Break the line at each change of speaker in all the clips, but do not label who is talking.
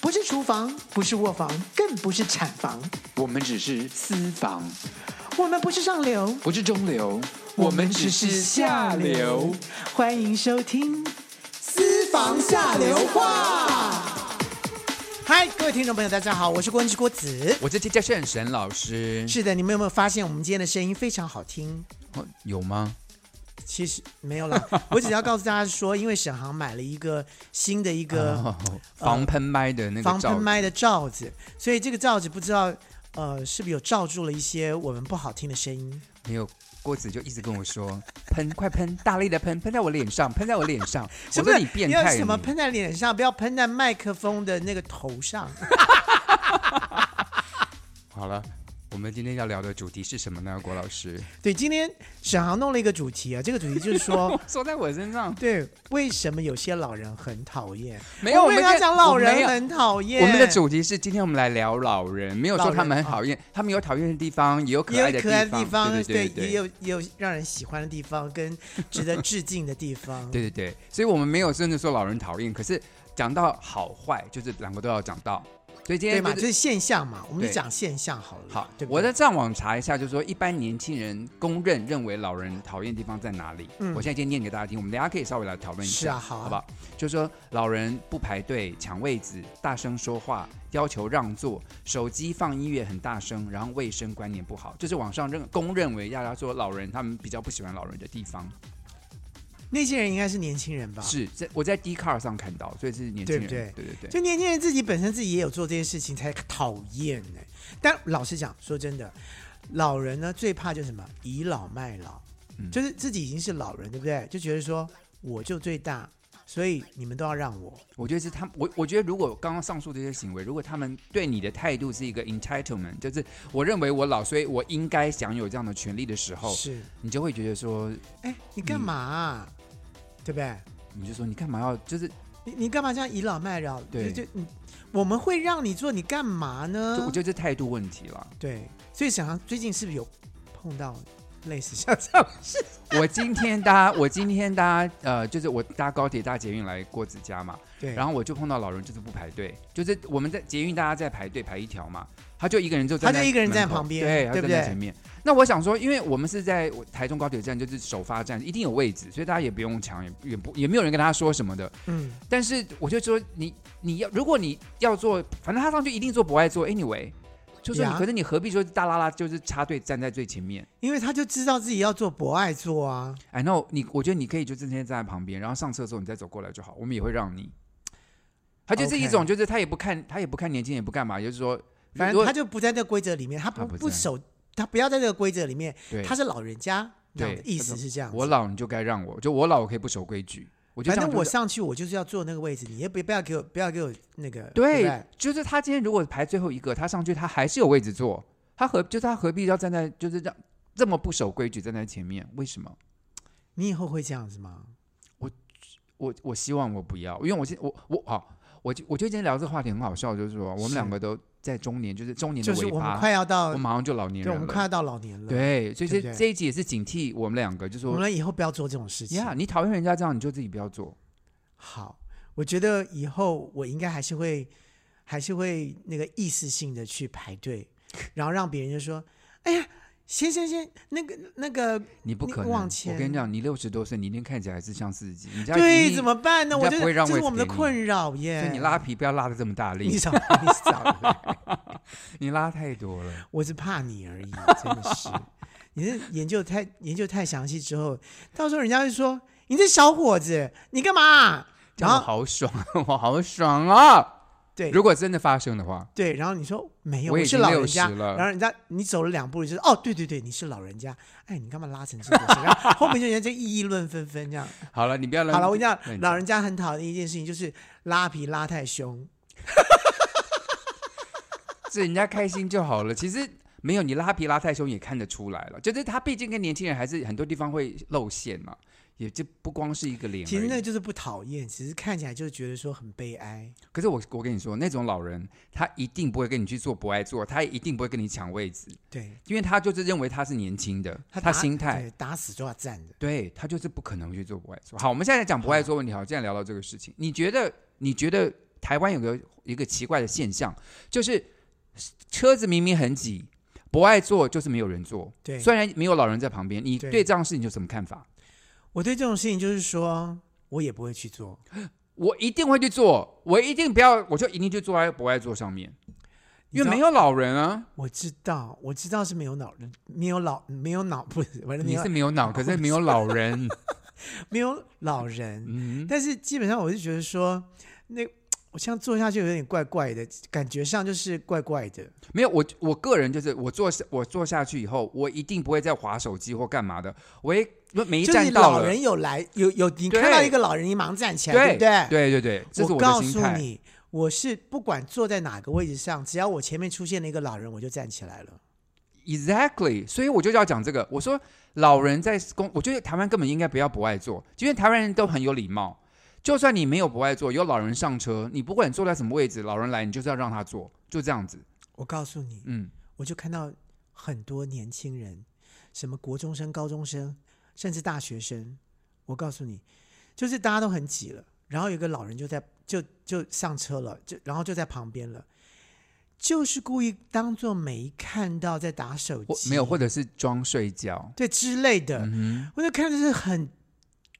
不是厨房，不是卧房，更不是产房，
我们只是私房，
我们不是上流，
不是中流，我们只是下流。。
欢迎收听《私房下流话》。嗨，各位听众朋友，大家好，我是郭恩之郭子。
我这期叫炫沈老师，
是的，你们有没有发现我们今天的声音非常好听？
哦有吗？
其实没有啦，我只要告诉大家说，因为沈航买了一个新的一个、
哦防喷麦的那个
防
罩
喷
子
麦的罩子，所以这个罩子不知道呃是不是有罩住了一些我们不好听的声音。
没有。郭子就一直跟我说：“喷，快喷，大力的喷，喷在我脸上，喷在我脸上。”我
什
说
么
你变
要
态，
什么
你
喷在脸上，不要喷在麦克风的那个头上。
好了，我们今天要聊的主题是什么呢？郭老师，，
对，今天沈航弄了一个主题啊，这个主题就是说
说在我身上
对，为什么有些老人很讨厌？
没有，
我
我
们
们
要
今
讲老
我没
人
有
很讨厌。
我们的主题是今天我们来聊老人，没有
老
说
人
他们很讨厌，他们有讨厌的地方，也有可
也
爱
有
的
可爱的地
方，对
对，
对对
也有也有让人喜欢的地方，跟值得致敬的地方。
对对对，所以我们没有真的说老人讨厌，可是讲到好坏，就是两个都要讲到。所以今
对
天
嘛，
就是
就是现象嘛，我们就
对
讲现象好了。
好
对，不
我
对
在上网查一下，就是说一般年轻人公认认为老人讨厌的地方在哪里？
嗯
我现在先念给大家听，我们大家可以稍微来讨论一下，
是啊好啊
好不好？就是说老人不排队、抢位子、大声说话、要求让座、手机放音乐很大声，然后卫生观念不好，这是网上认公认为大家说老人他们比较不喜欢老人的地方。
啊那些人应该是年轻人吧？，
是，这我在 d c a r 上看到，所以是年轻
对
人，
不
对对
就年轻人自己本身自己也有做这些事情才讨厌呢、但老实讲，说真的，老人呢最怕就是什么倚老卖老，
嗯
就是自己已经是老人，对不对？就觉得说我就最大，所以你们都要让我。
我觉得是他们，我我觉得如果刚刚上述这些行为，如果他们对你的态度是一个 entitlement，就是我认为我老，所以我应该享有这样的权利的时候，
是，
你就会觉得说，
哎，你干嘛啊、
嗯
对不对？
你就说你干嘛要就是，
你你干嘛这样倚老卖老？
对
就就你我们会让你做，你干嘛
就
呢？
我觉得这态度问题了。
对，所以沈航最近是不是有碰到类似像 这样？
我今天搭，我今天搭，呃，就是我搭高铁搭捷运来郭子家嘛，
对，
然后我就碰到老人就是不排队，就是我们在捷运大家在排队排一条嘛，他就一个人就站
他就
在
一个人
门
在
口
旁边
对，他
对
就
不
站在
对
前面。那我想说，因为我们是在台中高铁站，就是首发站，一定有位置，所以大家也不用抢，也也不也没有人跟他说什么的。
嗯，
但是我就说你你要如果你要做，反正他上去一定做不爱做，anyway，就说你
呀
可是你何必说大拉拉就是插队站在最前面？
因为他就知道自己要做博爱做啊。
哎，那我你我觉得你可以就今天站在旁边，然后上车的时候你再走过来就好，我们也会让你。他就是一
OK
种，就是他也不看，他也不看年轻人，也不干嘛，就是说，
反
如果
正他就不在这个规则里面，他不
他不在
不守，他不要在这个规则里面，
对
他是老人家，这样
对
的意思是这样子。
我老你就该让我，就我老我可以不守规矩，我就
反
这样
正我
就是
上去我就是要坐那个位置，你也不不要给我不要给我那个
对，
不
就是他今天如果排最后一个，他上去他还是有位置坐，他何就是他何必要站在就是让这么不守规矩站在前面？为什么？
你以后会这样子吗？
我我希望我不要，因为我现我我好，我就我觉得今天聊这个话题很好笑，就是说我们
是
两个都在中年，就是中年的
就是
尾
我们
巴，
快要到
我，马上就老年
对，我
人
们快
了。
要到老年了，，
对，所以
对
这
不对
这一集也是警惕我们两个，就
我
说
们以后不要做这种事情
呀，。你讨厌人家这样，你就自己不要做。
好，我觉得以后我应该还是会，还是会那个意识性的去排队，然后让别人就说：“哎呀，先先先，那个那个，
你不
你
可能，
往
我
前
跟你讲，你六十多岁，你一定看起来还是像四十几，你家
对，
你
怎么办呢？”
人
我觉
家不
得
会让
这
位
是
置
我们的
给你
困扰
所
耶。
以你拉，皮不要拉的这么大
你
力，
少，你少，
你拉太多了。
我是怕你而已，真的 是。你这研究太研究太详细之后，到时候人家会说：“你这小伙子，你干嘛啊？”
这
然
样我
后
好爽，啊 我好爽啊！
对，
如果真的发生的话，
对，然后你说没有，
我
我
已
是
经
老人家，
60了
然后人家你走了两步就是哦，对对对，你是老人家，哎，你干嘛拉成这个样？然 后后面就人家就议论纷纷这样。
好了，你不要乱
好了，我跟你讲
乱，
老人家很讨厌一件事情就是拉皮拉太凶，
是人家开心就好了。其实没有你拉皮拉太凶也看得出来了，就是他毕竟跟年轻人还是很多地方会露馅嘛，也就不光是一个脸而已。
其实那就是不讨厌，只是看起来就觉得说很悲哀。
可是我我跟你说，那种老人他一定不会跟你去做不爱做，他也一定不会跟你抢位置，
对
因为他就是认为他是年轻的，他
打
心态
对打死就要站的。
对他就是不可能去做不爱做。好，我们现在讲不爱做问题。好，现在聊到这个事情，你觉得你觉得台湾有个一个奇怪的现象，就是车子明明很挤，不爱坐就是没有人坐。
对
虽然没有老人在旁边，你
对
对这样的事情有什么看法？
我对这种事情就是说我也不会去做，
我一定会去坐，我一定不要，我就一定去坐在博爱座上面，
你知
因为
道
没。有老人啊。
我知道，我知道是没有脑，没有老，没有脑，不是，完了没
你
有
是没有脑，可是没有老 人。
没有老人，
嗯，
但是基本上我是觉得说，那我这样做下去有点怪怪的，感觉上就是怪怪的。
没有我，我个人就是我坐下我坐下去以后，我一定不会再划手机或干嘛的。我一每一
就是
站
你
到
老
了，
人有来有有，你
对
看到一个老人，你马上站起来，对不对？
对对对，这是
我
的
告
心
诉
态。
你，我是不管坐在哪个位置上，只要我前面出现了一个老人，我就站起来了。
Exactly，所以我就要讲这个。我说老人在公，我觉得台湾根本应该不要不爱坐，因为台湾人都很有礼貌。就算你没有不爱坐，有老人上车，你不管坐在什么位置，老人来你就是要让他坐，就这样子。
我告诉你，
嗯，
我就看到很多年轻人，什么国中生、高中生，甚至大学生。我告诉你，就是大家都很挤了，然后有一个老人就在就就上车了，就然后就在旁边了，就是故意当做没看到在打手
或
机，
没有，或者是装睡觉。
对之类的，
嗯
我就看着是很，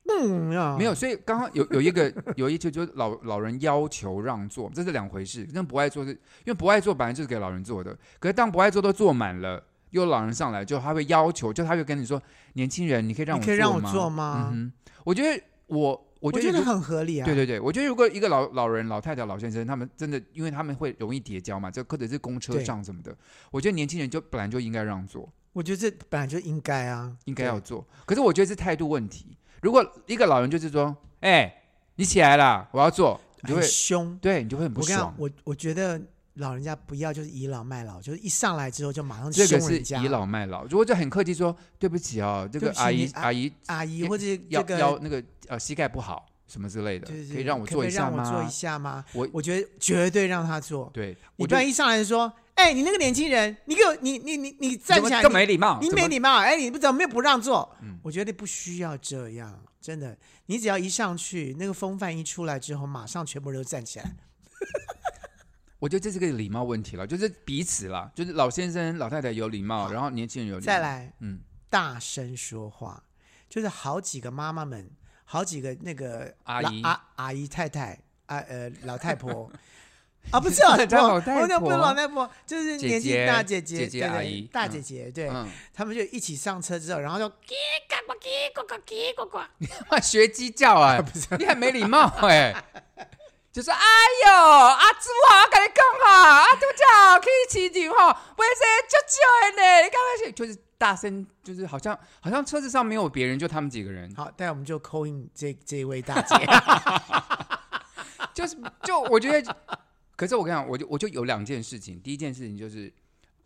嗯啊，
哼，没有。所以刚刚有有一个有一句就是老老人要求让座，这是两回事。跟不爱坐是因为不爱坐本来就是给老人坐的，可是当不爱坐都坐满了，又有老人上来，就他会要求，就他会跟你说，年轻人，你可以让
你
我
可以让我
吗
做吗？
嗯哼，我觉得我，我
我
觉
觉
得
得
如
很合理啊，
对对对，我觉得如果一个老老人、老太太、老先生，他们真的，因为他们会容易叠交嘛，这或者是公车
对
上什么的，我觉得年轻人就本来就应该让座，
我觉得这本来就应该啊，
应该要做。可是我觉得是态度问题。如果一个老人就是说，哎、你起来啦，我要坐，
对
你就会
很凶，
对你就会很不
我跟你讲
爽，。
我我觉得老人家不要就是倚老卖老，就是一上来之后就马上
这个
凶
是
人家。
倚老卖老，如果就很客气说对不起哦，这
对
个
不起
阿
你
姨
啊
阿姨
阿姨或者这
腰
个
腰那个呃膝盖不好什么之类的，
就是
可以让我坐一下
可不可以让我坐
吗
一？下吗？
我
我觉得绝对让他坐。
对，
你
我
不
就
然一上来就说，哎，你那个年轻人，你给我你你你你站起来，
这么没礼貌，
你你
怎么
没礼貌，哎，你不怎么没有不让座？
嗯
我觉得不需要这样，真的，你只要一上去，那个风范一出来之后，马上全部人都站起来。
我觉得这是个礼貌问题了，就是彼此啦，就是老先生、老太太有礼貌，
好
然后年轻人有礼貌。
再，来，
嗯，
大声说话，就是好几个妈妈们，好几个那个
阿
老
姨
阿阿姨太太啊呃老太 婆啊不是啊，
叫
我
老太
我那不是
婆
老太婆，就是
姐
年纪
姐
大姐姐
姐姐
对对
阿姨
大
嗯
姐姐，对
嗯，
他们就一起上车之后，然后就
哇，学鸡 叫啊，你很没礼貌哎、就是哎呦，阿朱啊，我跟你讲啊，阿朱叫可以骑牛吼，不会说叫叫的呢，你干嘛去？就是大声，就是好像好像车子上没有别人，就他们几个人，
好，待会我们就扣印这这位大姐，
就是就我觉得，可是我跟你讲，我就我就有两件事情。第一件事情就是，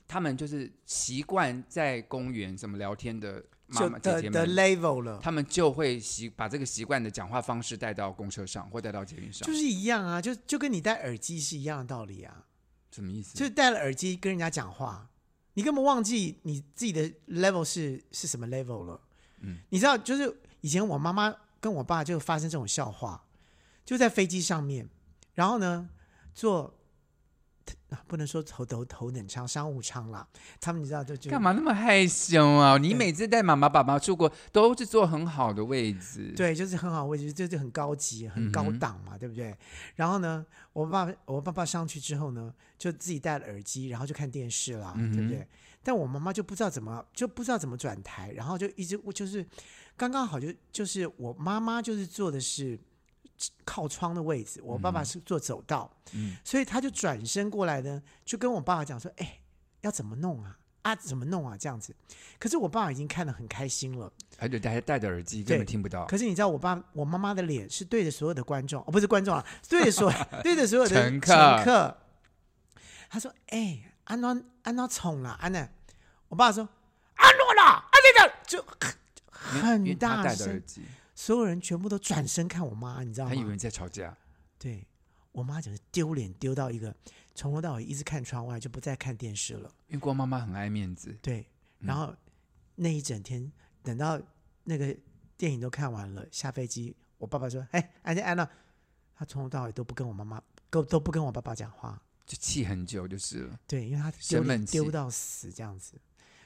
他们就是习惯在公园什么聊天的 妈
就
妈姐
的
姐
的
们，
level 了。
他们就会习把这个习惯的讲话方式带到公车上或带到捷运上
就，是一样啊，就就跟你戴耳机是一样的道理啊，
什么意思？
就是戴了耳机跟人家讲话，你根本忘记你自己的 level 是是什么 level 了。
嗯，
你知道，就是以前我妈妈跟我爸就发生这种笑话，就在飞机上面，然后呢，坐啊不能说头头头等舱、商务舱啦，他们你知道就就
干嘛那么害羞啊？你
对
每次带妈妈、爸爸出国都是坐很好的位置，，
对，就是很好位置，就是很高级、很高
嗯哼
档嘛，对不对？然后呢，我爸我爸爸上去之后呢，就自己戴了耳机，然后就看电视啦，对
嗯
不
哼
对？但我妈妈就不知道怎么就不知道怎么转台，然后就一直就是刚刚好就就是我妈妈就是坐的是靠窗的位置，我爸爸是坐走道，
嗯
所以他就转身过来呢，就跟我爸爸讲说：“哎，要怎么弄啊？啊，怎么弄啊？这样子。”可是我爸已经看得很开心了。
而且戴戴着耳机根本听不到，
可是你知道，我爸我妈妈的脸是对着所有的观众，哦，不是观 众啊，对着所对着所有的
乘客
客。他说：“哎、安暖安暖宠啦，安娜。”我爸说：“安诺啦，安那个就
因为
很
他
大
戴着耳
声，
机，
所有人全部都转身看我妈，你知道
他以为
吗？
你在吵架。
对我妈就是丢脸丢到一个，从头到尾一直看窗外，就不再看电视了。
因为郭妈妈很爱面子，
对，
嗯
然后那一整天，等到那个电影都看完了，下飞机，我爸爸说：“哎，安静安了。”他从头到尾都不跟我妈妈都都不跟我爸爸讲话，
就气很久就是了。
对，因为他丢
生
脸
闷气
丢到死这样子，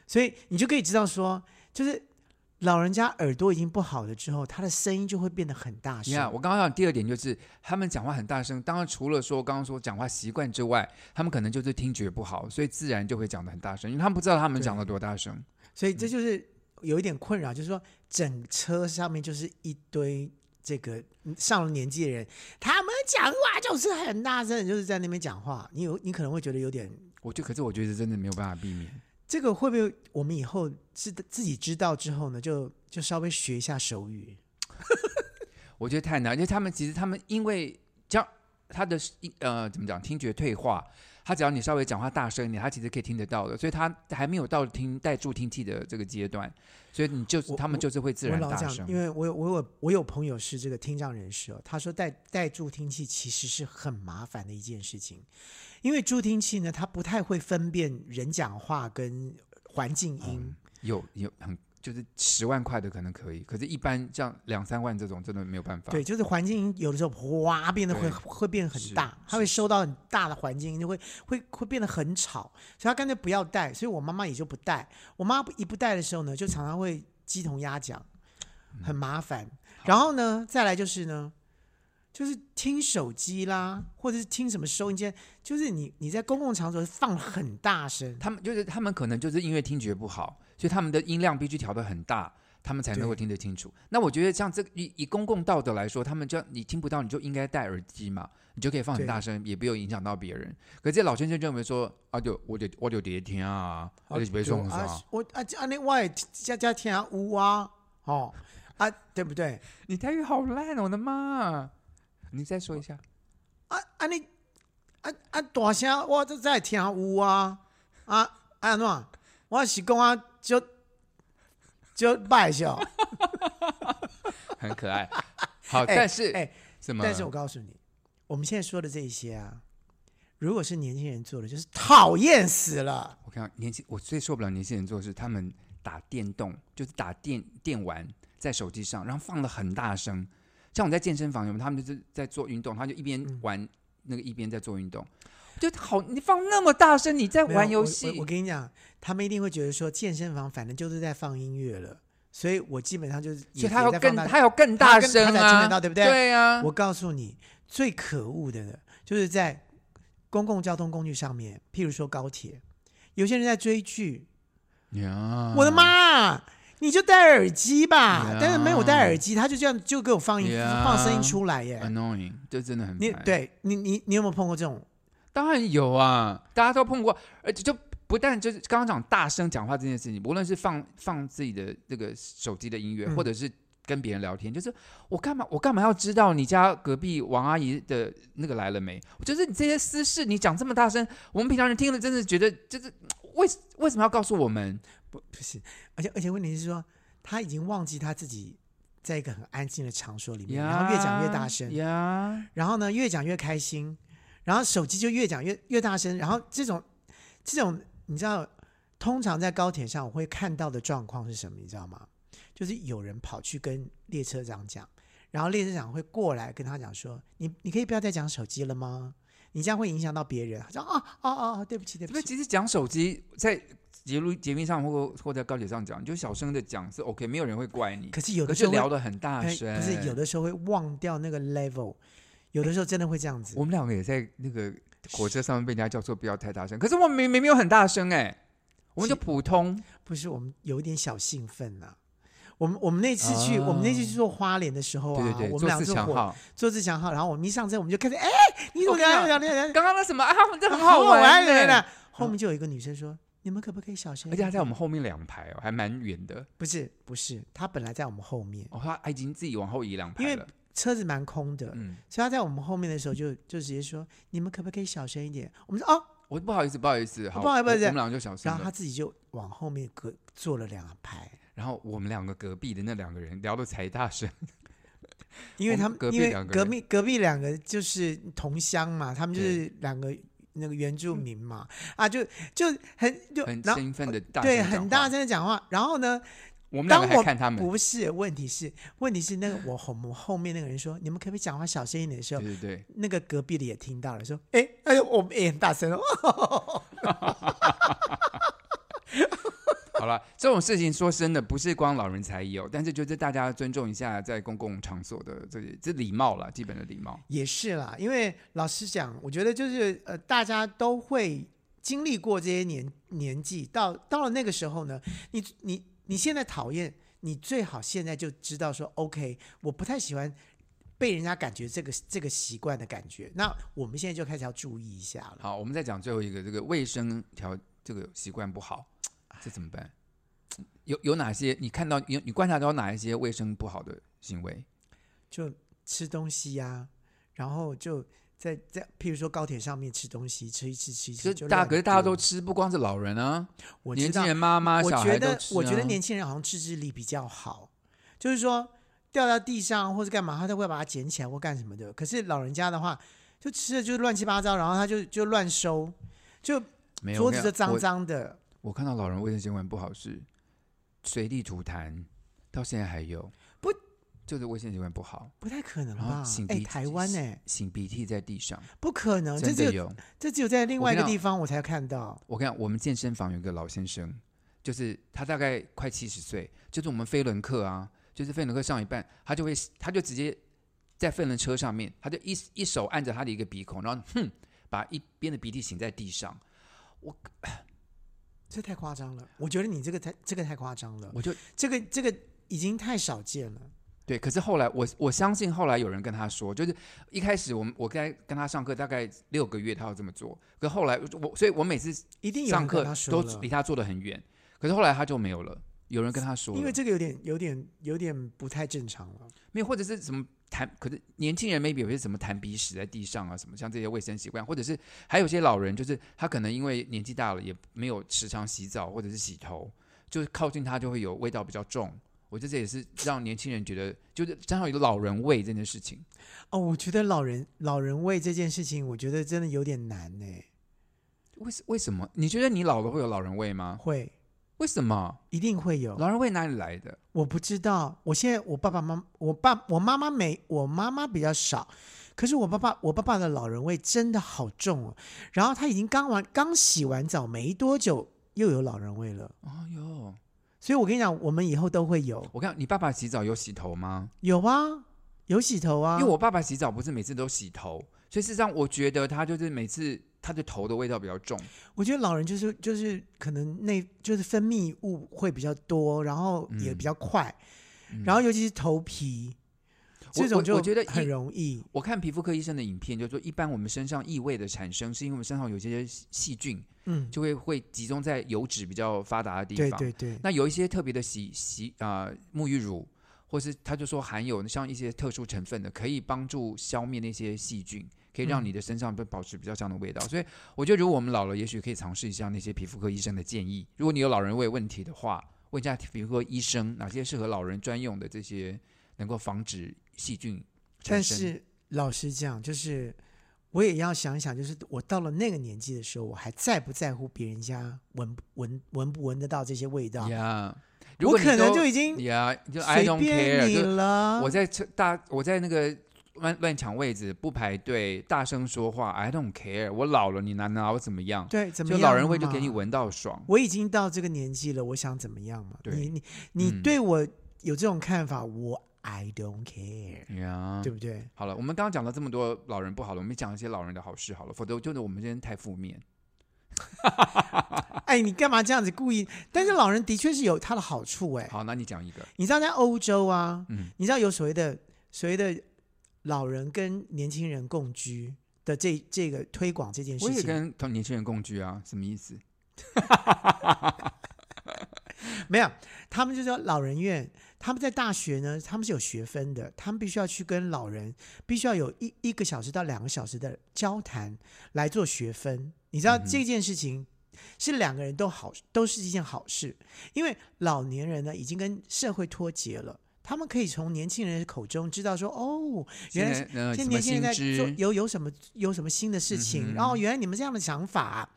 所以你就可以知道说，就是老人家耳朵已经不好了之后，他的声音就会变得很大
你
声。
看，我刚刚讲第二点就是他们讲话很大声，当然除了说刚刚说讲话习惯之外，他们可能就是听觉不好，所以自然就会讲的很大声，因为他们不知道他们
对
讲了多大声。
所以
嗯
这就是有一点困扰，就是说整车上面就是一堆这个上了年纪的人，他们讲话就是很大声，就是在那边讲话，你有你可能会觉得有点。
我就可是我觉得真的没有办法避免，
这个会不会我们以后知自己知道之后呢，就就稍微学一下手语？
我觉得太难，因为他们其实他们因为这样他的呃怎么讲听觉退化，他只要你稍微讲话大声一点，他其实可以听得到的，所以他还没有到听带助听器的这个阶段，所以你就是
我
他们就是会自
我
然
老
大
讲，因
声。
为我有我有我有朋友是这个听障人士哦，他说带带助听器其实是很麻烦的一件事情，因为助听器呢，它不太会分辨人讲话跟环境音。
嗯有有很就是十万块的可能可以，可是一般像两三万这种真的没有办法。
对，就是环境音有的时候哗变得会
对
会变得很
是
大，它
是
会收到很大的环境音，就会会会变得很吵，所以他干脆不要带，所以我妈妈也就不带。我妈一不带的时候呢，就常常会鸡同鸭讲，
嗯
很麻烦。然后呢，再来就是呢，就是听手机啦，或者是听什么收音机，就是你你在公共场所放很大声，
他们就是他们可能就是因为听觉不好，所以他们的音量必须调得很大，他们才能够
对
听得清楚。那我觉得像这个以以公共道德来说，他们就你听不到，你就应该戴耳机嘛，你就可以放很
对
大声，也不用影响到别人。可是这老先生就会说啊，就我就我就别听啊，我就别
对
送
啊
啊。，
我啊啊那我也家家听啊呜啊哦啊对不对？
你台语好烂哦，我的妈！你再说一下，
啊啊你啊啊大声，我这在听有啊啊啊安怎？我是讲啊，就就卖笑。
哦很可爱。 好，
哎
但是
哎
什么？
但是我告诉你，我们现在说的这一些啊，如果是年轻人做的，就是讨厌死了。
我看到年轻，我最受不了年轻人做的是他们打电动，就是打电电玩在手机上，然后放的很大声。像我在健身房，有没有他们就是在做运动，他就一边
嗯
玩、那个一边在做运动，就好，你放那么大声，你在
没有
玩游
我
戏
我我，跟你讲，他们一定会觉得说健身房反正就是在放音乐了，所以我基本上就是也
所以他要
也在放
更
大
他要更
他要
大
更
声
他才听得
啊，
到对不对
对啊，
我告诉你，最可恶的呢，就是在公共交通工具上面，譬如说高铁，有些人在追剧，
呀
我的妈！你就戴耳机吧
嗯呀
但是没有戴耳机，他就这样就给我放音
呀
放声音出来耶。
，annoying，这真的很
你
烦
对你你你有没有碰过这种？
当然有啊，大家都碰过，而且就不但就是刚刚讲大声讲话这件事情，无论是放放自己的这个手机的音乐，
嗯
或者是跟别人聊天，就是我干嘛我干嘛要知道你家隔壁王阿姨的那个来了没？就是你这些私事，你讲这么大声，我们平常人听了真的觉得就是为为什么要告诉我们？
不不是，而且而且问题是说，他已经忘记他自己在一个很安静的场所里面然后越讲越大声，
呀，
然后呢，越讲越开心，然后手机就越讲越越大声，然后这种这种你知道，通常在高铁上我会看到的状况是什么，你知道吗？就是有人跑去跟列车长讲，然后列车长会过来跟他讲说：“你你可以不要再讲手机了吗？你这样会影响到别人。”他说：“哦哦哦，对不起对不
这边
起。
其实讲手机在节路节面上或或在高铁上讲，你就小声的讲是 OK，没有人会怪”你。
可是有
可
的
是
时候会
聊得很大
哎
声，
不是有的时候会忘掉那个 level，有的时候真的会这样子。
我们两个也在那个火车上面被人家叫做不要太大声，可是我们明明没有很大声哎、我们就普通。
不是我们有一点小兴奋呐、我们我们那次去，我们那次去做花莲的时候啊，
啊对对对，
我们
做
俩
自
坐
强
火
号。
坐自强号，然后我们一上车，我们就开始哎，你怎
我
么
跟你
聊
讲
聊聊聊，
刚刚那什么啊，这很
好
好玩
玩嗯
哎、
呢。后面就有一个女生说：“你们可不可以小声一
而
点？”
且他哎在我们后面两排哦，还蛮远的。
不是不是，她本来在我们后面，
哦，他已经自己往后移两
因
排
为
了。
车子蛮空的，
嗯，
所以她在我们后面的时候就就直接说：“你们可不可以小声一点？”我们说：“哦。
我不好意思，不好意思，好，
不好意思
我
不好意思
我们两个就小”声
然后她
了。
自己就往后面隔坐了两排，
然后我们两个隔壁的那两个人聊的才大声，
因为
我们
他们
隔壁
因为
两个
隔
人
壁隔壁两个就是同乡嘛，他们就是两个那个原住民嘛，啊，就就很就
很
然后
兴奋的大声
对
讲话嗯
很大声的讲话，然后呢，
我们两个
当
还
我
看他们，
不是，问题是问题是那个我后后面那个人说，你们可不可以讲话小声一点的时候
对，对对，
那个隔壁的也听到了，说：“哎，哎，我们也很大声哦。
好了，这种事情说真的不是光老人才有，但是就是大家尊重一下在公共场所的这这礼貌了，基本的礼貌。
也是啦，因为老实讲，我觉得就是呃，大家都会经历过这些年年纪，到到了那个时候呢，你你你现在讨厌，你最好现在就知道说，OK，我不太喜欢被人家感觉这个这个习惯的感觉。那我们现在就开始要注意一下了。
好，我们再讲最后一个，这个卫生条这个习惯不好，这怎么办？有有哪些你看到有你观察到哪一些卫生不好的行为？
就吃东西呀、然后就在在譬如说高铁上面吃东西，吃一吃吃一
就
吃，就
大
乱
可是大家
丢
都吃，不光是老人啊，
我知
年轻
道，
人妈妈、
我
小
觉
孩
得
都吃、啊。
我觉得年轻人好像自制力比较好，就是说掉到地上或是干嘛，他都会把它捡起来或干什么的。可是老人家的话，就吃的就乱七八糟，然后他就就乱收，就
没有
桌子就
就
脏脏的。
我。我看到老人卫生习惯不好是随地吐痰，到现在还有
不
就是卫生习惯不好。
不太可能
然后
吧
擤？
哎，
鼻
台
涕
湾
是
哎、
擤鼻涕在地上，
不可能，呃这
真
只
的
有
有。
这只有在另
我
外一
跟
个
你
地方我才看到。
我看我们健身房有一个老先生，就是他大概快七十岁，就是我们飞轮课啊，就是飞轮课上一半，他就会他就直接在飞轮车上面，他就一一手按着他的一个鼻孔，然后哼，把一边的鼻涕擤在地上，
这太夸张了，我觉得你这个太这个太夸张了，
我就
这个这个已经太少见了。
对，可是后来我我相信后来有人跟他说，就是一开始我们我该跟他上课大概六个月，他要这么做，可后来我所以我每次
一定有人
上
跟
课
他说
都
了
离他坐得很远，可是后来他就没有了，有人跟他说了，
因为这个有点有点有点不太正常了。
没有，或者是什么弹，可是年轻人 maybe 有些什么弹鼻屎在地上啊，什么像这些卫生习惯，或者是还有些老人，就是他可能因为年纪大了，也没有时常洗澡或者是洗头，就是靠近他就会有味道比较重。我觉得这也是让年轻人觉得，就是正好有老人味这件事情。
哦，我觉得老人老人味这件事情，我觉得真的有点难呢。
为为什么？你觉得你老了会有老人味吗？
会，
为什么？
一定会有。
嗯老人味哪里来的？
我不知道，我现在我爸爸妈我爸我妈妈没我妈妈比较少，可是我爸爸我爸爸的老人味真的好重哦。然后他已经刚完刚洗完澡没多久，又有老人味了。
哦哟，
所以我跟你讲，我们以后都会有
我看你爸爸洗澡有洗头吗？
有啊，有洗头啊，
因为我爸爸洗澡不是每次都洗头，所以事实上我觉得他就是每次他的头的味道比较重。
我觉得老人就是就是可能内就是分泌物会比较多，然后也比较快，
嗯
然后尤其是头皮
我
这种就
我我觉得一
很容易。
我看皮肤科医生的影片，就说一般我们身上异味的产生，是因为我们身上有些细菌
嗯，
就会会集中在油脂比较发达的地
对
方。
对对，
那有一些特别的洗洗啊、呃沐浴乳，或是他就说含有像一些特殊成分的，可以帮助消灭那些细菌，可以让
嗯
你的身上保持比较香的味道。所以我觉得，如果我们老了，也许可以尝试一下那些皮肤科医生的建议。如果你有老人味问题的话，问一下皮肤科医生哪些适合老人专用的这些能够防止细菌产
但
生。
是老实讲，就是我也要想一想，就是我到了那个年纪的时候，我还在不在乎别人家闻不闻闻不闻得到这些味道？
呀如
啊我
果你
可能
都
就已经
呀就 I
随
don't
便
care，
你
就
了。啊
我在车大我在那个乱乱抢位置，不排队，大声说话，I don't care，我老了，你拿拿我怎么样？
对怎么
就
样
老人会就
嘛
给你闻到爽，
我已经到这个年纪了，我想怎么样嘛？
对
你你你
嗯
对我有这种看法，我 I don't care，、
呀、
对不对？
好了，我们刚刚讲了这么多老人不好了，我们讲一些老人的好事好了，否则就是我们今天太负面。
哎，你干嘛这样子故意？但是老人的确是有他的好处哎、
好，那你讲一个，
你知道在欧洲啊，
嗯
你知道有所谓的所谓的老人跟年轻人共居的这这个推广这件
我
事
也
情，
跟同年轻人共居啊，什么意思？
没有，他们就叫老人院。他们在大学呢，他们是有学分的，他们必须要去跟老人，必须要有一一个小时到两个小时的交谈来做学分。你知道
嗯哼
这件事情是两个人都好，都是一件好事，因为老年人呢已经跟社会脱节了，他们可以从年轻人的口中知道说，哦，原来是
现在呃
现在
什么
年轻
新
人在做
知？
有有什么有什么新的事情，
嗯哼
然后原来你们这样的想法，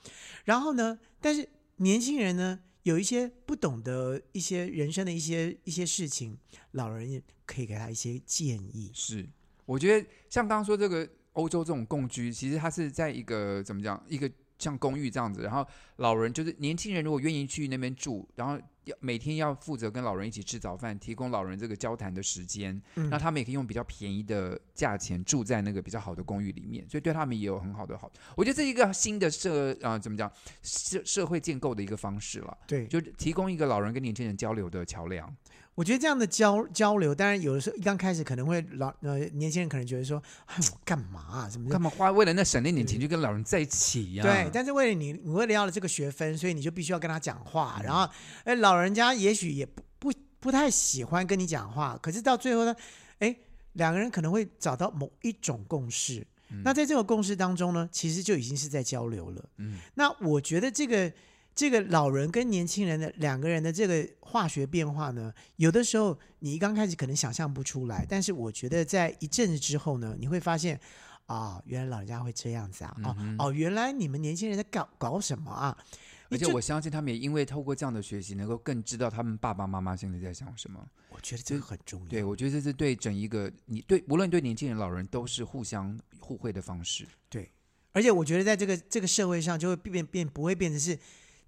然后呢，但是年轻人呢有一些不懂得一些人生的一些一些事情，老人也可以给他一些建议。
是，我觉得像刚刚说这个欧洲这种共居，其实它是在一个怎么讲，一个像公寓这样子，然后老人就是年轻人如果愿意去那边住，然后要每天要负责跟老人一起吃早饭，提供老人这个交谈的时间，
嗯
那他们也可以用比较便宜的价钱住在那个比较好的公寓里面，所以对他们也有很好的好，我觉得这是一个新的社啊、怎么讲社社会建构的一个方式了，
对，
就提供一个老人跟年轻人交流的桥梁。
我觉得这样的交交流，当然有的时候一刚开始可能会老呃年轻人可能觉得说，哎，我干嘛啊，什么
干
的。
嘛花为了那省那点钱去跟老人在一起呀、
对，但是为了你，你为了要了这个学分，所以你就必须要跟他讲话。然后，哎，老人家也许也不不不太喜欢跟你讲话，可是到最后呢，哎，两个人可能会找到某一种共识。
嗯
那在这个共识当中呢，其实就已经是在交流了。
嗯，
那我觉得这个这个老人跟年轻人的两个人的这个化学变化呢，有的时候你一刚开始可能想象不出来，但是我觉得在一阵子之后呢，你会发现。啊、原来老人家会这样子啊！
嗯
哦、哦，原来你们年轻人在搞搞什么啊？
而
你
且
就
我相信他们也因为透过这样的学习，能够更知道他们爸爸妈妈心里在想什么。
我觉得这个很重要。
嗯对，我觉得这是对整一个你对无论对年轻人、老人都是互相互惠的方式。
对，而且我觉得在这个这个社会上，就会变变不会变成是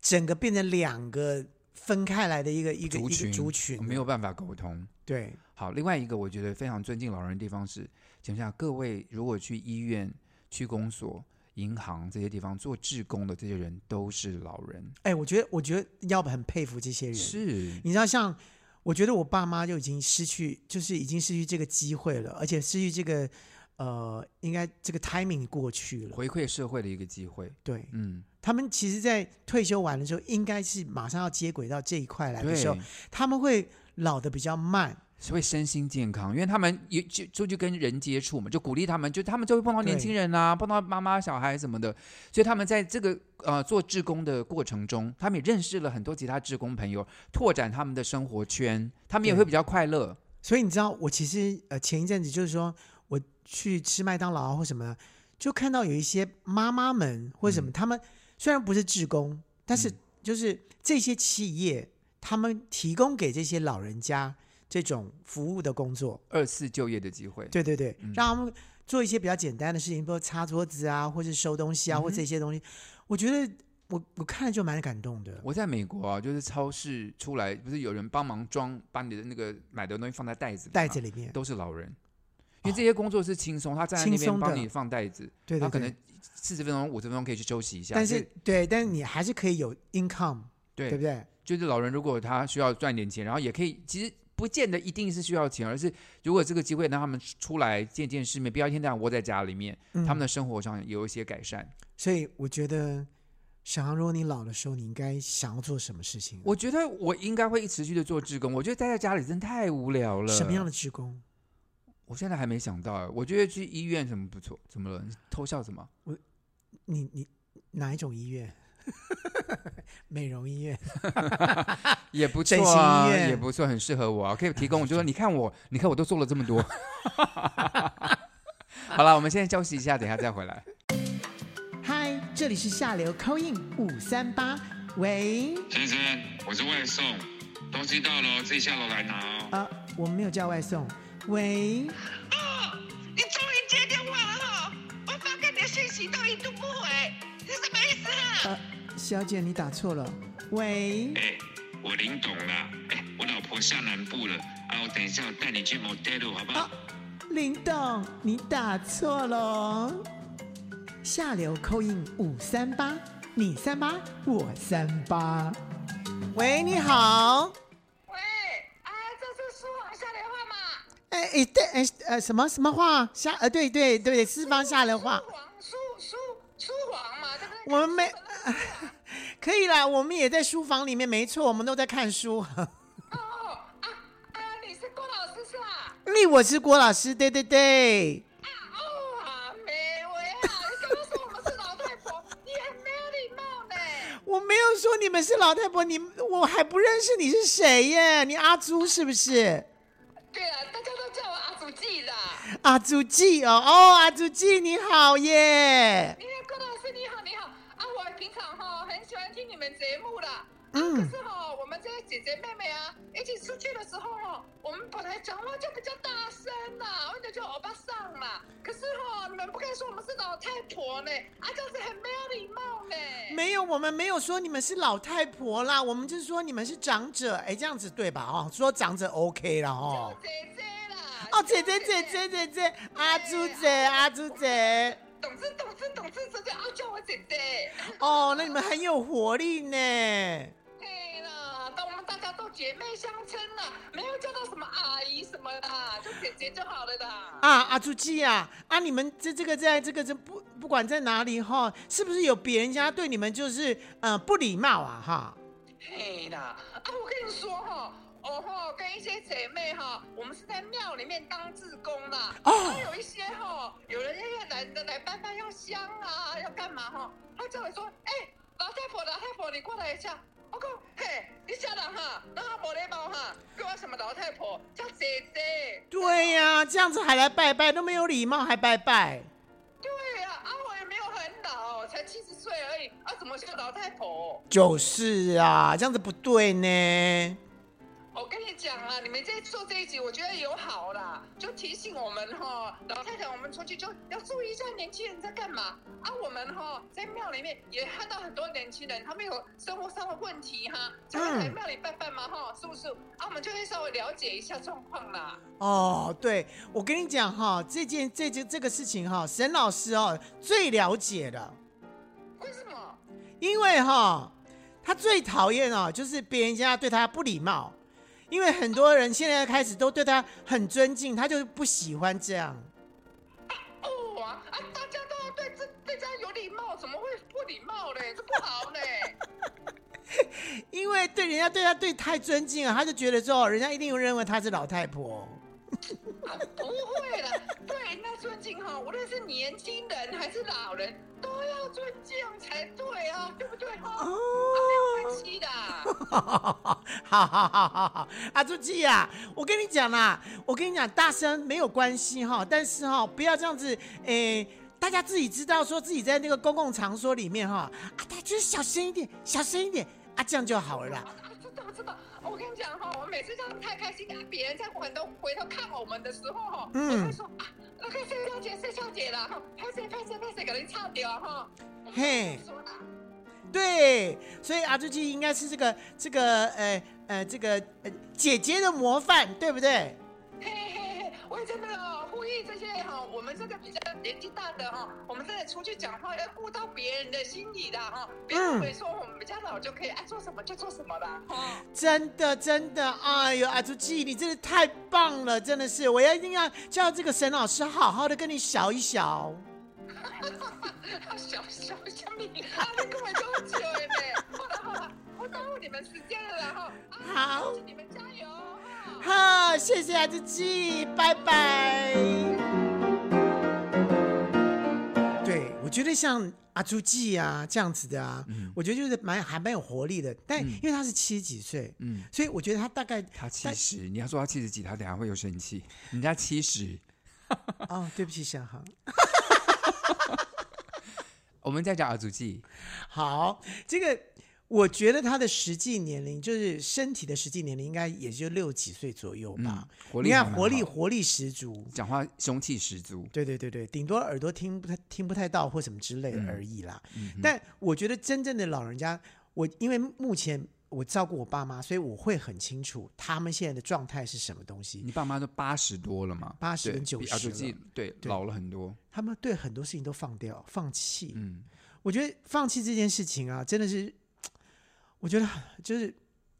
整个变成两个分开来的一个一个
族
一
群
个族群，
没有办法沟通。
对
好，另外一个我觉得非常尊敬老人的地方是，请问一下各位，如果去医院、去公所、银行这些地方做志工的这些人都是老人，
哎，我觉得，我觉得要不很佩服这些人。
是
你知道像，我觉得我爸妈就已经失去，就是已经失去这个机会了，而且失去这个，呃，应该这个 timing 过去了。
回馈社会的一个机会。
对
嗯，
他们，其实，在退休完了之后，应该是马上要接轨到这一块来的时候
对，，
他们会老的比较慢。
是会身心健康，因为他们也就就去跟人接触嘛，就鼓励他们，就他们就会碰到年轻人啊，碰到妈妈、小孩什么的，所以他们在这个呃做志工的过程中，他们也认识了很多其他志工朋友，拓展他们的生活圈，他们也
对
会比较快乐。
所以你知道，我其实呃前一阵子就是说我去吃麦当劳啊或什么的，就看到有一些妈妈们或什么，他们虽然不是志工，但是
嗯
就是这些企业他们提供给这些老人家这种服务的工作，
二次就业的机会，
对对对
嗯，
让他们做一些比较简单的事情，比如擦桌子啊，或是收东西啊，或
嗯
这些东西，我觉得我我看了就蛮感动的。
我在美国啊，就是超市出来，不是有人帮忙装，把你的那个买的东西放在袋子里吗，
袋子里面，
都是老人，因为这些工作是轻松，他站在那
轻
边
松的
帮你放袋子，
对
他
对
可能
对，
四十分钟、五十分钟可以去休息一下，
但
所以
是对，但是你还是可以有 income，
对
对不对？
就是老人如果他需要赚点钱，然后也可以，其实不见得一定是需要钱，而是如果这个机会让他们出来见见世面，不要一天到晚窝在家里面，
嗯
他们的生活上有一些改善。
所以我觉得，小航，如果你老的时候，你应该想要做什么事情？啊
我觉得我应该会持续的做志工，我觉得待在家里真太无聊了。
什么样的？职工？
我现在还没想到哎，我觉得去医院什么不错，怎么了？你偷笑什么？
你你哪一种医院？ 美容医院？
也不错啊，
整形医院
也不错，很适合我啊，可以提供。我 就说，你看我，你看我都做了这么多。 好了，我们现在休息一下，等一下再回来。
嗨，这里是下流 c o i n 五三八，喂，
先生，我是外送，东西到了哦自己下楼来拿哦。
啊，我们没有叫外送，喂，
哦，你终于接电话了哈、我发给你的信息都一度不回，你什么意思啊？
呃，小姐你打错了，喂，
哎、我林董啦，哎、我老婆下南部了，啊，我等一下我带你去 motel 好不好？
啊，林董你打错了哦，下流 c o i n 五三八，你三八我三八，喂，你好。
喂，啊，这是苏杭下联话吗？
哎哎对哎呃什么什么话下呃对对对对四方下人话
苏，黄苏苏苏黄嘛，对不对？
我们没、可以啦，我们也在书房里面，没错，我们都在看书。
哦啊啊，你是郭老师是吧？
丽，我是郭老师，对对对，
啊哦啊，美维啊，你刚刚说我们是老太婆，你很没有礼貌呢。
我没有说你们是老太婆，你我还不认识你是谁耶，你阿朱是不是？
对了，大家都叫我阿祖记的。
阿朱记哦哦，阿朱记你好耶，
哎，郭老师你好，你好啊！我平常哈、很喜欢听你们节目啦，
嗯
可是哦，我们这些姐姐妹妹啊，一起出去的时候哦，我们本来讲话就比较大声啦，或者就欧巴桑啦。可是哦，你们不可以说我们是老太婆呢，啊，这样子很没有礼貌呢。
没有，我们没有说你们是老太婆啦，我们就是说你们是长者，哎，这样子对吧？哦，说长者 OK 了哦
叫。姐姐啦。
哦，
叫
姐姐姐姐姐姐，阿朱姐阿朱姐，
懂事懂事懂事，直接要叫我姐姐。
哦，那你们很有活力呢。
对啦，当我们大家都姐妹相称啦，没有叫到什么阿姨什么啦，就姐姐就好了啦。
啊，阿朱记啊，啊，你们这这个在这个这不不管在哪里哈，是不是有别人家对你们就是呃不礼貌啊哈？
嘿啦，啊，我跟你说哈、哦，吼，跟一些姐妹哈、我们是在庙里面当志工啦。
哦
然后有一些哈、有人要来来拜拜要香啊，要干嘛哈、他就会说，哎、老太婆老太婆，你过来一下。我讲，嘿，你下来哈，那他没礼貌哈，叫我什么老太婆，叫姐姐。
对呀、这样子还来拜拜都没有礼貌，还拜拜。
对呀、啊，我也没有很老，才七十岁而已，啊，怎么叫老太婆？
就是啊，这样子不对呢。
我跟你讲啊，你们在做这一集，我觉得有好啦，就提醒我们哈、老太太，我们出去就要注意一下年轻人在干嘛啊。我们哈、在庙里面也看到很多年轻人，他们有生活上的问题哈，才会来庙里拜拜嘛哈、是不是？啊，我们就会稍微了解一下状况啦。
哦，对，我跟你讲哈，这件这件这个事情哈，沈老师哦最了解的，
为什么？
因为哈，他最讨厌哦，就是别人家对他不礼貌，因为很多人现在开始都对他很尊敬，他就是不喜欢这样。
哦啊啊！大家都要对这对家有礼貌，怎么会不礼貌嘞？这不好嘞。
因为对人家对他对太尊敬啊了，他就觉得说，哦人家一定认为他是老太婆。
啊， 不会啦，对人家尊敬哈，无论是年轻人还是老人，都要尊敬才对啊，对不对哈？啊，没有关系的。
哦好好好好好，阿朱记啊，我跟你讲啦，我跟你讲，大声没有关系哈，但是哈，不要这样子，诶、大家自己知道说自己在那个公共场所里面哈，啊，大家就是小声一点，小声一点，啊，这样就好了啦。
啊，知道知道，我跟你讲哈，我每次这样太开心，啊，别人在回头回头看我们的时候哈，
嗯
我会说啊，那个谁小姐，谁小姐啦，哈，拍谁拍谁拍谁，给人唱掉啊哈。
嘿
我们就说啦
对，所以阿朱记应该是这个这个呃呃这个呃姐姐的模范，对不对？
嘿嘿嘿，我也真的哦呼吁这些哈、我们这个比较年纪大的哈、我们真的出去讲话要顾到别人的心理的哈、别人会说我们比较老就可以哎爱做什么就做什么啦哈、
真的，真的，哎呦，阿朱记，你真的太棒了，真的是，我要一定要叫这个沈老师好好的跟你小一小。
小小小米，啊，你跟啊我多久哎了呢？好了好了，不耽误你们时间了啦哈、啊，
好
祝你们加油哈。
好，谢谢阿朱记，拜拜。对，我觉得像阿朱记啊这样子的啊，
嗯
我觉得就是蛮还蛮有活力的，但
嗯
因为他是七十几岁，
嗯，
所以我觉得他大概
他七十，你要说他七十几，他等下会有生气。人家七十，
哦，对不起，小航。
我们在讲阿祖记，
好，这个我觉得他的实际年龄，就是身体的实际年龄，应该也就六几岁左右吧。
嗯活力
啊你
还
看
蛮
活力
好
活力十足。
讲话凶气十足。
对对对对，顶多耳朵听不太听不太到或什么之
嗯
类的而已啦。但我觉得真正的老人家，我因为目前我照顾我爸妈，所以我会很清楚他们现在的状态是什么东西。
你爸妈都八十多了嘛？
80
对
跟
比阿
90
祖记
了
对
对
老了很多。
他们对很多事情都放掉放弃。
嗯，
我觉得放弃这件事情啊，真的是，我觉得就是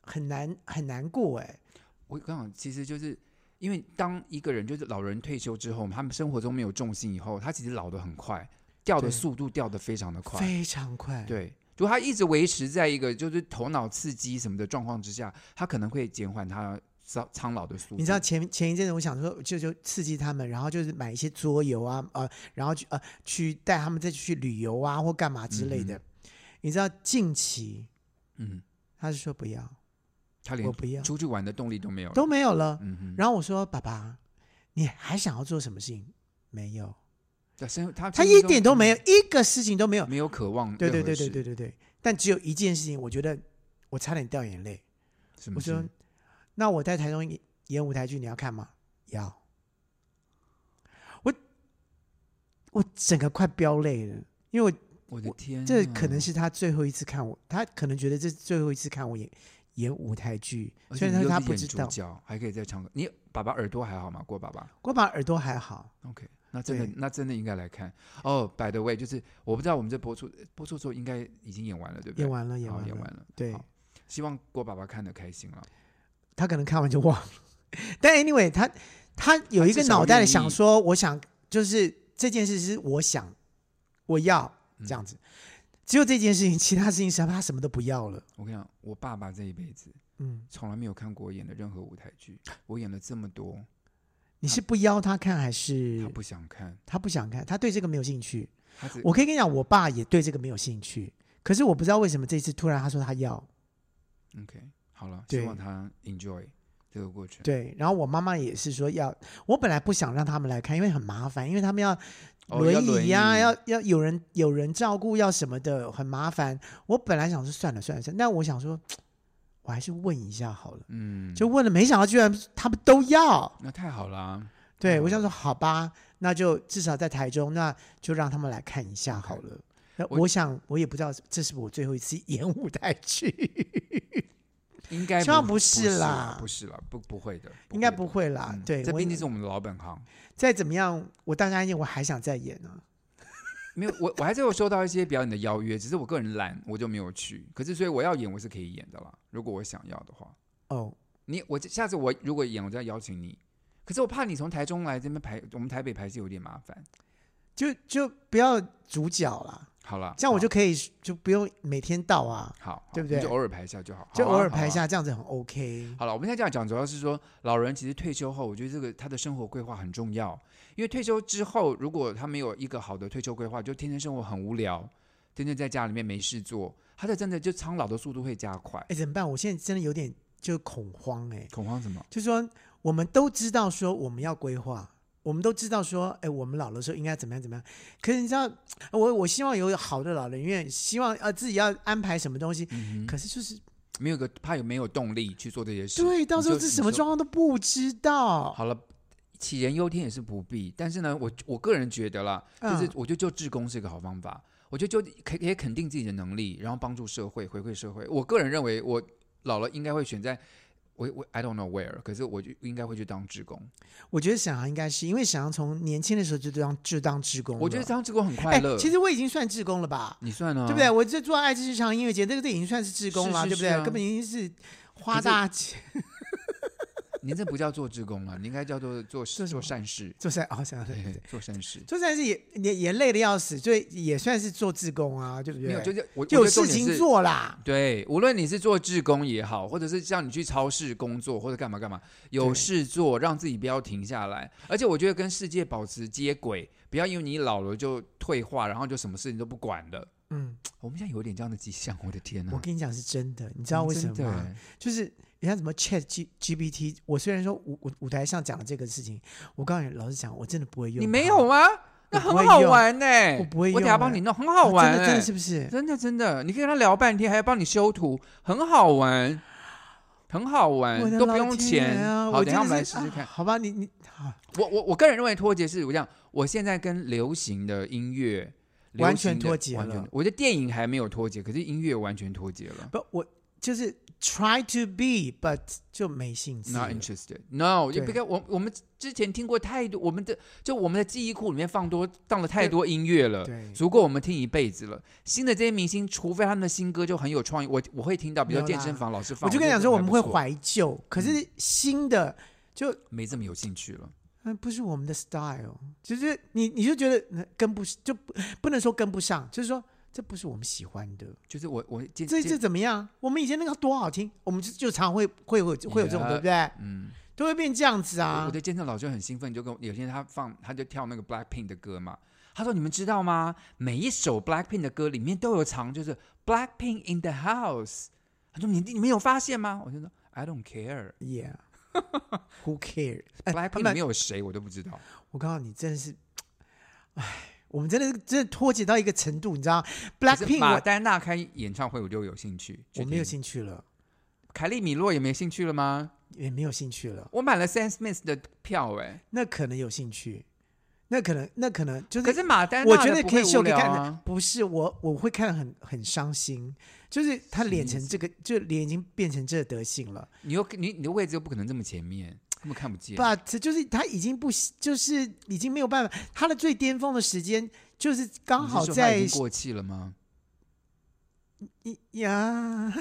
很难很难过哎、
我刚好其实就是因为当一个人就是老人退休之后，他们生活中没有重心以后，他其实老得很快，掉的
对
速度掉得非常的快。
非常快。，
对，如果他一直维持在一个就是头脑刺激什么的状况之下，他可能会减缓他苍苍老的速度。
你知道前前一阵子我想说，就就刺激他们，然后就是买一些桌游啊，呃，然后去呃去带他们再去旅游啊或干嘛之类的。你知道近期
嗯，
他是说不要，
他连
我不要
出去玩的动力都没有了。
都没有了。
嗯哼，
然后我说爸爸，你还想要做什么事情？没有，
对生他
他
生活
一
中
点都没有，一个事情都没有。
嗯没有渴望。
对对对对对，对对，但只有一件事情，我觉得我差点掉眼泪。
什么
我
事？
说，那我在台中演演舞台剧，你要看吗？要。我我整个快飙泪了，因为我
我的天，啊
这可能，是他最后一次看我，他可能觉得这是最后一次看我演演舞台剧，
而
虽
且
然
你
他
又
他
是
不
演
知
主
道。
角还可以再唱歌。你爸爸耳朵还好吗？郭爸爸
我把耳朵还好，
，OK，那真的
对
那真的应该来看哦。By the way，就是我不知道我们这播出播出之后应该已经演完了，对不对？
演完了，演
好
完了，
演完了，
对
好。希望郭爸爸看得开心啊了。
他可能看完就忘了。 但 anyway，他他有一
他
个
至少
脑袋
愿
里
意
想说，我想就是这件事是我想我要
嗯
这样子，只有这件事情，其他事情是他什么都不要了。
我跟你讲，我爸爸这一辈子
嗯，
从来没有看过我演的任何舞台剧，我演了这么多，
你是不邀他看还是
他不想看，
他不想看？他对这个没有兴趣。
他只
我可以跟你讲，我爸也对这个没有兴趣。可是我不知道为什么这次突然他说他要
OK 好了，希
对
望他 enjoy 这个过程。
对，然后我妈妈也是说要。我本来不想让他们来看，因为很麻烦，因为他们要
哦要轮
椅呀、
椅
要要有人有人照顾，要什么的，很麻烦。我本来想说算了算了算了，但我想说，我还是问一下好了，
嗯，
就问了，没想到居然他们都要。
那太好了啊。
对、
嗯
我想说，好吧，那就至少在台中，那就让他们来看一下好了。那
我
我想，我也不知道这是我最后一次演舞台 剧，
应该
希望
不
不
是
是
啦
啦，
不是啦，不不会的，
应该
的
不会啦。
嗯
对，
这
我
毕竟是我们的老本行。
再怎么样，我大家一定我还想再演呢、啊
没有，我我还是有收到一些表演的邀约，只是我个人懒，我就没有去。可是所以我要演，我是可以演的啦，如果我想要的话。
哦，
你我下次我如果演，我再邀请你。可是我怕你从台中来这边排，我们台北排戏有点麻烦。
就就不要主角啦，
好了，
这样我
好
就可以就不用每天到啊。
好，好
对不
我们就
对
偶尔排一下就好，
就
好
偶
啊
尔排一。
好啊
下，这样子很 OK。
好了，我们现在这样讲，主要是说老人其实退休后，我觉得这个他的生活规划很重要，因为退休之后，如果他没有一个好的退休规划，就天天生活很无聊，天天在家里面没事做，他的真的就苍老的速度会加快。
哎，怎么办？我现在真的有点就恐慌哎、
恐慌什么？
就说我们都知道说我们要规划，我们都知道说，哎，我们老的时候应该怎么样怎么样。可是你知道，我我希望有好的老人院，希望呃自己要安排什么东西，
嗯哼，
可是就是
没有个怕有没有动力去做这些事。
对，到时候
你就是
什么
你就
状况都不知道。
好了，杞人忧天也是不必。但是呢，我我个人觉得啦，就是
嗯
我觉得就志工是一个好方法。我觉得就可可以肯定自己的能力，然后帮助社会，回馈社会。我个人认为，我老了应该会选在我我 I don't know where，可是我就应该会去当志工。
我觉得沈阳应该是因为沈阳从年轻的时候就当就当志工了，
我觉得当志工很快
哦哎
乐。，
其实我已经算志工了吧？
你算啊，
对不对？？我这做爱之日常音乐节，这个这已经算是志工了，对
是是
不对？
是啊
根本已经是花
可是
大钱
您这不叫做志工了，你应该叫做 做
做什
做
么
善事，
做善哦，想
对
对，
做善事。
做善事也也也累的要死，所以也算是做志工啊，对不
没有，
对？
就是我
就有
我觉得重
事
点
情
是
做啦。嗯
对，无论你是做志工也好，或者是像你去超市工作或者干嘛干嘛，有
对
事做，让自己不要停下来。而且我觉得跟世界保持接轨，不要因为你老了就退化，然后就什么事情都不管了。
嗯，
我们现在有点这样的迹象，我的天呐！
我跟你讲是真的，你知道为什么啊
真的
吗？
欸
就是人家怎么 Chat G GPT，我虽然说舞舞舞台上讲了这个事情，我告诉你，老实讲，我真的不会用它。
你没有吗？那
我不会
很好
用
玩呢、
我不会
我等下
用
帮
欸
你弄，很
啊
好玩、
真的真的
欸
是不是？
真的真的，你可以跟他聊半天，还要帮你修图，很好玩，很好玩
我，的
都不
老
用
天
钱。
爷啊！
好，
我
等一下我
真
们
的
来
是
试试
啊
看。
好吧，你你好，
我我我个人认为脱节是我这样，我现在跟流行的音乐流
完全
行的
脱节
完全
了
我觉得电影还没有脱节，可是音乐完全脱节了。
不，我就是 try to be，but 就没兴致了。
Not interested. No，就
对
不该我我们之前听过太多，我们的就我们的记忆库里面放多放了太多音乐了，
对
足够我们听一辈子了。新的这些明星，除非他们的新歌就很有创意，我我会听到，比如说
没有
健
啦
身房老师放，
我就跟
觉
你讲
得
说，我
还
们
不
会
错，嗯
怀旧，可是新的就
没这么有兴趣了。
嗯不是我们的 style，就是你你就觉得嗯跟不就不不能说跟不上，就是说这不是我们喜欢的，
就是我我这
这这怎么样？我们以前那个多好听，我们就就常会会会会有这种，
Yeah
对不对？
嗯。
都会变这样子
我
啊
我。对健身老师很兴奋，就跟我有一天他放，他就跳那个 Blackpink 的歌嘛。他说：“你们知道吗？每一首 Blackpink 的歌里面都有藏，就是 Blackpink in the house。”他说：“你你没有发现吗？”我就说：“I don't care。
Yeah，Who care？哎他
Blackpink 里
们
面有谁我都不知道。
我告诉你，真的是，唉，我们真的是真的脱节到一个程度，你知道
可是马
？Blackpink
丹娜开演唱会，我就有兴趣。
我我没有
趣。
兴趣了，
凯利米洛也没兴趣了吗？
也没有兴趣了。
我买了 Sam Smith 的票哎、
那可能有兴趣，那可能那可能就是，
可是马丹娜
我
的
觉得
不
可以
会
秀
无
给
聊
看的，
啊。
不是我我会看得很很伤心，就是他脸成这个，就脸已经变成这德性了。
你又你你的位置又不可能这么前面，根本看不见。
But 就是他已经不就是已经没有办法，他的最巅峰的时间就是刚
你是
好
说他
在
已经过气了吗？
一呀，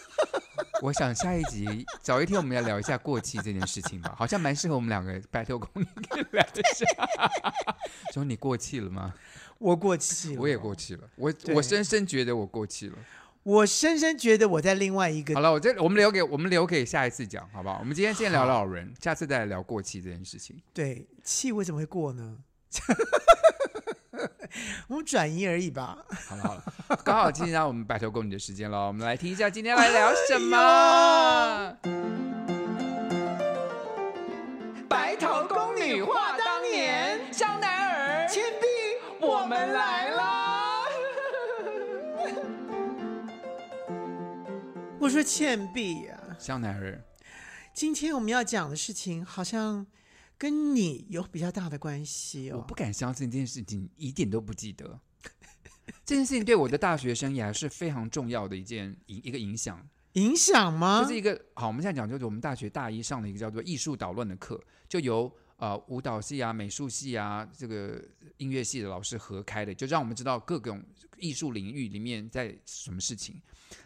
我想下一集找一天我们来聊一下过气这件事情吧，好像蛮适合我们两个白头宫女可以聊一下。 说你过气了吗？
我过气了，
我也过，气了，我
对
我深深觉得我过气了。
我深深觉得我在另外一个
好了，我这我们留给我们留给下一次讲，好不好？我们今天先聊老人，下次再来聊过气这件事情。
对气为什么会过呢？ 我们转移而已吧。
好了好了，刚好进入到我们白头宫女的时间了，我们来听一下今天来聊什
哎
么。白头宫女话当年，香奈儿，
铅笔，
我们来啦！
我说倩碧啊，
香奈儿，
今天我们要讲的事情好像跟你有比较大的关系
我
哦。
不敢相信这件事情，一点都不记得。 这件事情对我的大学生涯是非常重要的一件影一个影响，
影响吗
就？是一个好，我们现在讲就是我们大学大一上了一个叫做艺术导论的课，就由呃舞蹈系啊、美术系啊、这个音乐系的老师合开的，就让我们知道各种艺术领域里面在什么事情。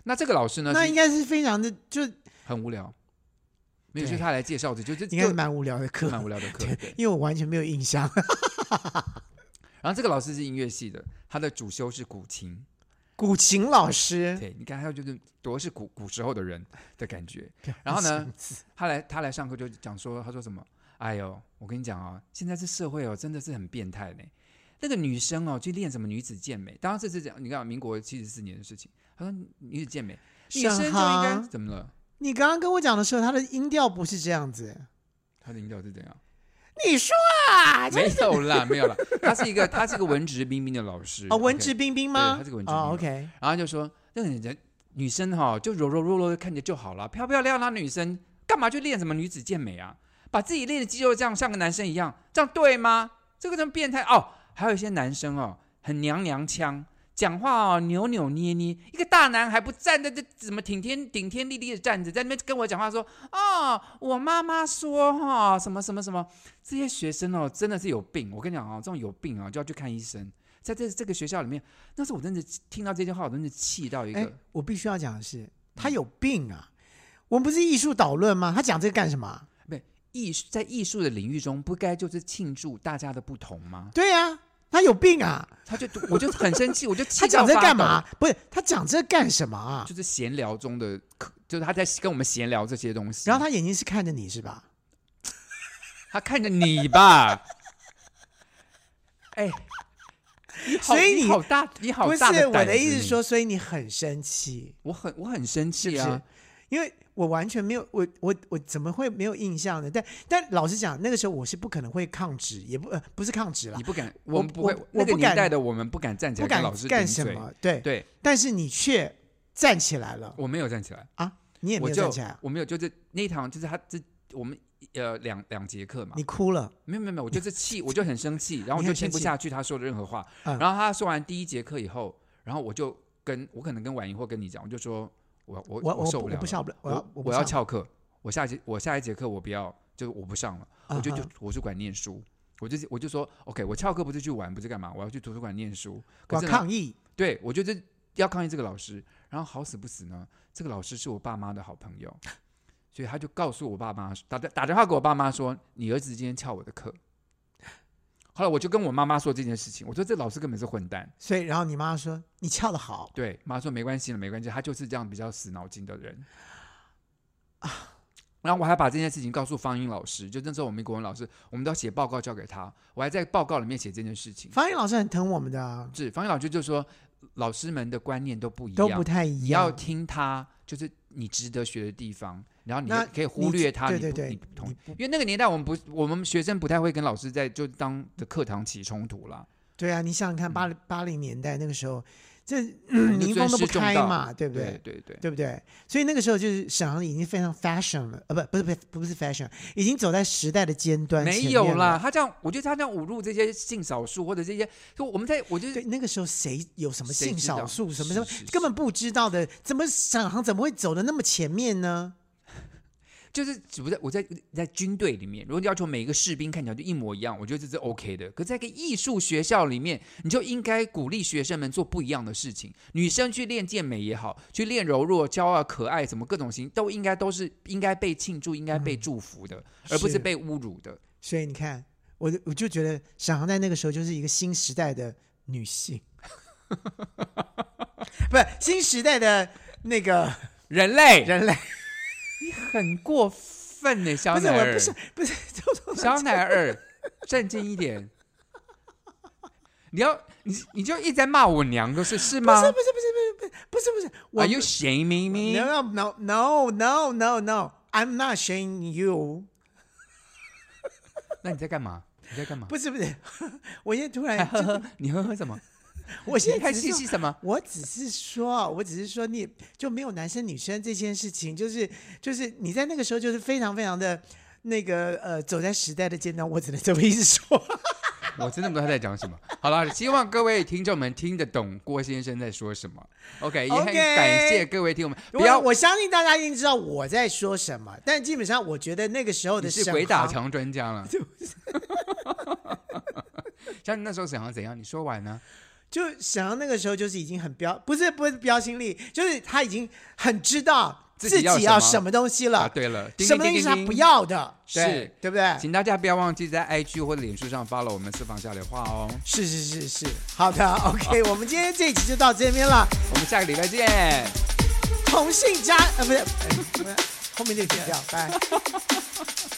那这个老师呢，
那
是
应该是非常的，就
很无聊，没有
对
就他来介绍的，就就
应该是
就
蛮无聊的课，
蛮无聊的课。对
对，因为我完全没有印象。
然后这个老师是音乐系的，他的主修是古琴。
古琴老师，
对，你看他就是多是古古时候的人的感觉。然后呢，他来他来上课就讲说，他说什么？哎呦，我跟你讲啊、现在这社会哦，真的是很变态呢。那个女生哦，去练什么女子健美，当然这是讲你看民国七十四年的事情。他说女子健美，女
沈
生就应该
航
怎么了？
你刚刚跟我讲的时候，他的音调不是这样子。
他的音调是怎样？
你说啊，
没有啦，没有啦。他是一个他是一个文质彬彬的老师
哦，文
OK
质彬彬吗？
对他是个文质彬
哦
彬
，OK，
然后就说那个人女生哈、就柔柔弱弱的看着就好了，漂漂亮亮的女生干嘛去练什么女子健美啊？把自己练的肌肉这样像个男生一样，这样对吗？这个这么变态哦！还有一些男生哦，很娘娘腔，讲话哦扭扭捏捏，一个大男孩不站在这怎么顶天顶天立地的站着，在那边跟我讲话说哦，我妈妈说哈、什么什么什么，这些学生哦真的是有病。我跟你讲哦，这种有病哦就要去看医生。在这这个学校里面，那时候我真的听到这句话，我真的气到一个。嗯
哎，我必须要讲的是，他有病啊！我们不是艺术导论吗？他讲这个干什么啊？
艺术在艺术的领域中，不该就是庆祝大家的不同吗？
对呀、啊，他有病啊！
他就我就很生气，我就气
他
到
讲这
发
干
抖
嘛？？不是他讲这干什么啊？
就是闲聊中的，就是他在跟我们闲聊这些东西。
然后他眼睛是看着你是吧？
他看着 你吧，哎，好
所以你
好大，你好
不是
大胆
我的意思
你
是说，所以你很生气，
我很我很生
是不
气
是？
啊。
因为我完全没有，我我我怎么会没有印象呢？但但老实讲，那个时候我是不可能会抗旨，也不呃不是抗旨啦
你，不敢，
我
我们不会
我，
那个
我不敢
年代的我们不敢站起
不
来
敢
跟老师
干
顶
什
嘴
么，对。
对
但是你却站起来了
我没有站起来，
啊！你也没
我
有
就
站起来，
我没有，就是那一堂就是他这我们呃两两节课嘛
你，哭了。
没有没有没有，我就是气， 我就很生气，然后我
你
就
很
听
生
不
气
下去他说的任何话。
嗯
然后他说完第一节课以后，然后我就跟我可能跟婉莹或跟你讲，我就说我我
我
受
不
了
我不
了，
上不了，我
我
要我不
要
上
翘课，我下一节我下一节课我不要，就我不上了，我就
嗯
去
哼
图书馆念书。我就我就说，OK，我翘课不是去玩，不是干嘛，我要去图书馆念书。
我
可
要
是呢
抗议。
对，我就是要抗议这个老师。然后好死不死呢，这个老师是我爸妈的好 朋友，所以他就告诉我爸妈，打打电话给我爸妈说，你儿子今天翘我的课。后来我就跟我妈妈说这件事情，我说这老师根本是混蛋。
所以然后你妈说你翘的好，
对，妈说没关系了，没关系，他就是这样比较死脑筋的人。
啊
然后我还把这件事情告诉方英老师，就那时候我们国文老师，我们都要写报告交给他，我还在报告里面写这件事情。
方颖老师很疼我们的啊，
是方英老师就说，老师们的观念都不一样，
都不太一
你要
样。
听他，就是你值得学的地方，然后你
那
就可以忽略他，
对
你不
对对
你不同
你
意因为那个年代我们不，我们学生不太会跟老师在就当的课堂起冲突啦，
对啊，你想想
嗯
看，八八零年代那个时候，这
就
民风都
尊师
不
重
开
道
嘛，对不对？
对对对，
对不对？所以那个时候就是沈阳已经非常 fashion 了，呃，不，不是，不，不是 fashion，已经走在时代的尖端。
没有啦，。他这样，我觉得他这样侮辱这些性少数或者这些，就我们在我就
对，那个时候谁有什么
谁
性
知道
少数，什么什么
是是是
根本不知道的，怎么沈航怎么会走的那么前面呢？
就是只不在我在在军队里面，如果要求每个士兵看起来就一模一样，我觉得这是 OK 的。可在一个艺术学校里面，你就应该鼓励学生们做不一样的事情。女生去练健美也好，去练柔弱、骄傲、可爱，什么各种型都应该都是应该被庆祝、应该被祝福的，而不
嗯
是
是
被侮辱的。
所以你看，我我就觉得沈航在那个时候就是一个新时代的女性，不是新时代的那个
人类，
人类，
很过分呢，小
不是
奶
我
儿
不，是不是，
小奶儿，镇静一点。 你要你你就一直在骂我娘，都是是
不
吗
是不是不是不是不是不是，我
Are you shaming me？
No, no, no, no, no, no. I'm not shaming you.
那你在干嘛？你在干嘛？
不是不是， 我现在突然，
呵呵，你呵呵什么？
我现
哎你
在
看
只
信
是
息
说
什么？
我只是说，我只是说你，就没有男生女生这件事情，就是就是你在那个时候就是非常非常的那个呃，走在时代的尖端，我只能这么一直说。
我真的不知道他在讲什么。好了，希望各位听众们听得懂郭先生在说什么。OK，也很
OK
感谢各位听众们， 不
我
要
我相信大家一定知道我在说什么，但基本上我觉得那个时候
你
的
是
沈
鬼打
航
墙 专家了。像你那时候沈阳怎样？你说完呢？
就沈阳那个时候就是已经很标，不是不是标新立，就是他已经很知道
自
自
己
己
要
要
什么
什么东西了，
啊，对了，叮
什
叮
么东西
叮叮
是他
叮
不。要的，
是
对对不对？
请大家不要忘记在 IG 或者脸书上 follow 我们私房下流话哦。
是是是是，好的，OK，我们今天这一集就到这边了。
我们下个礼拜见。
哎同性家呃不是，呃不是后面就剪掉，拜。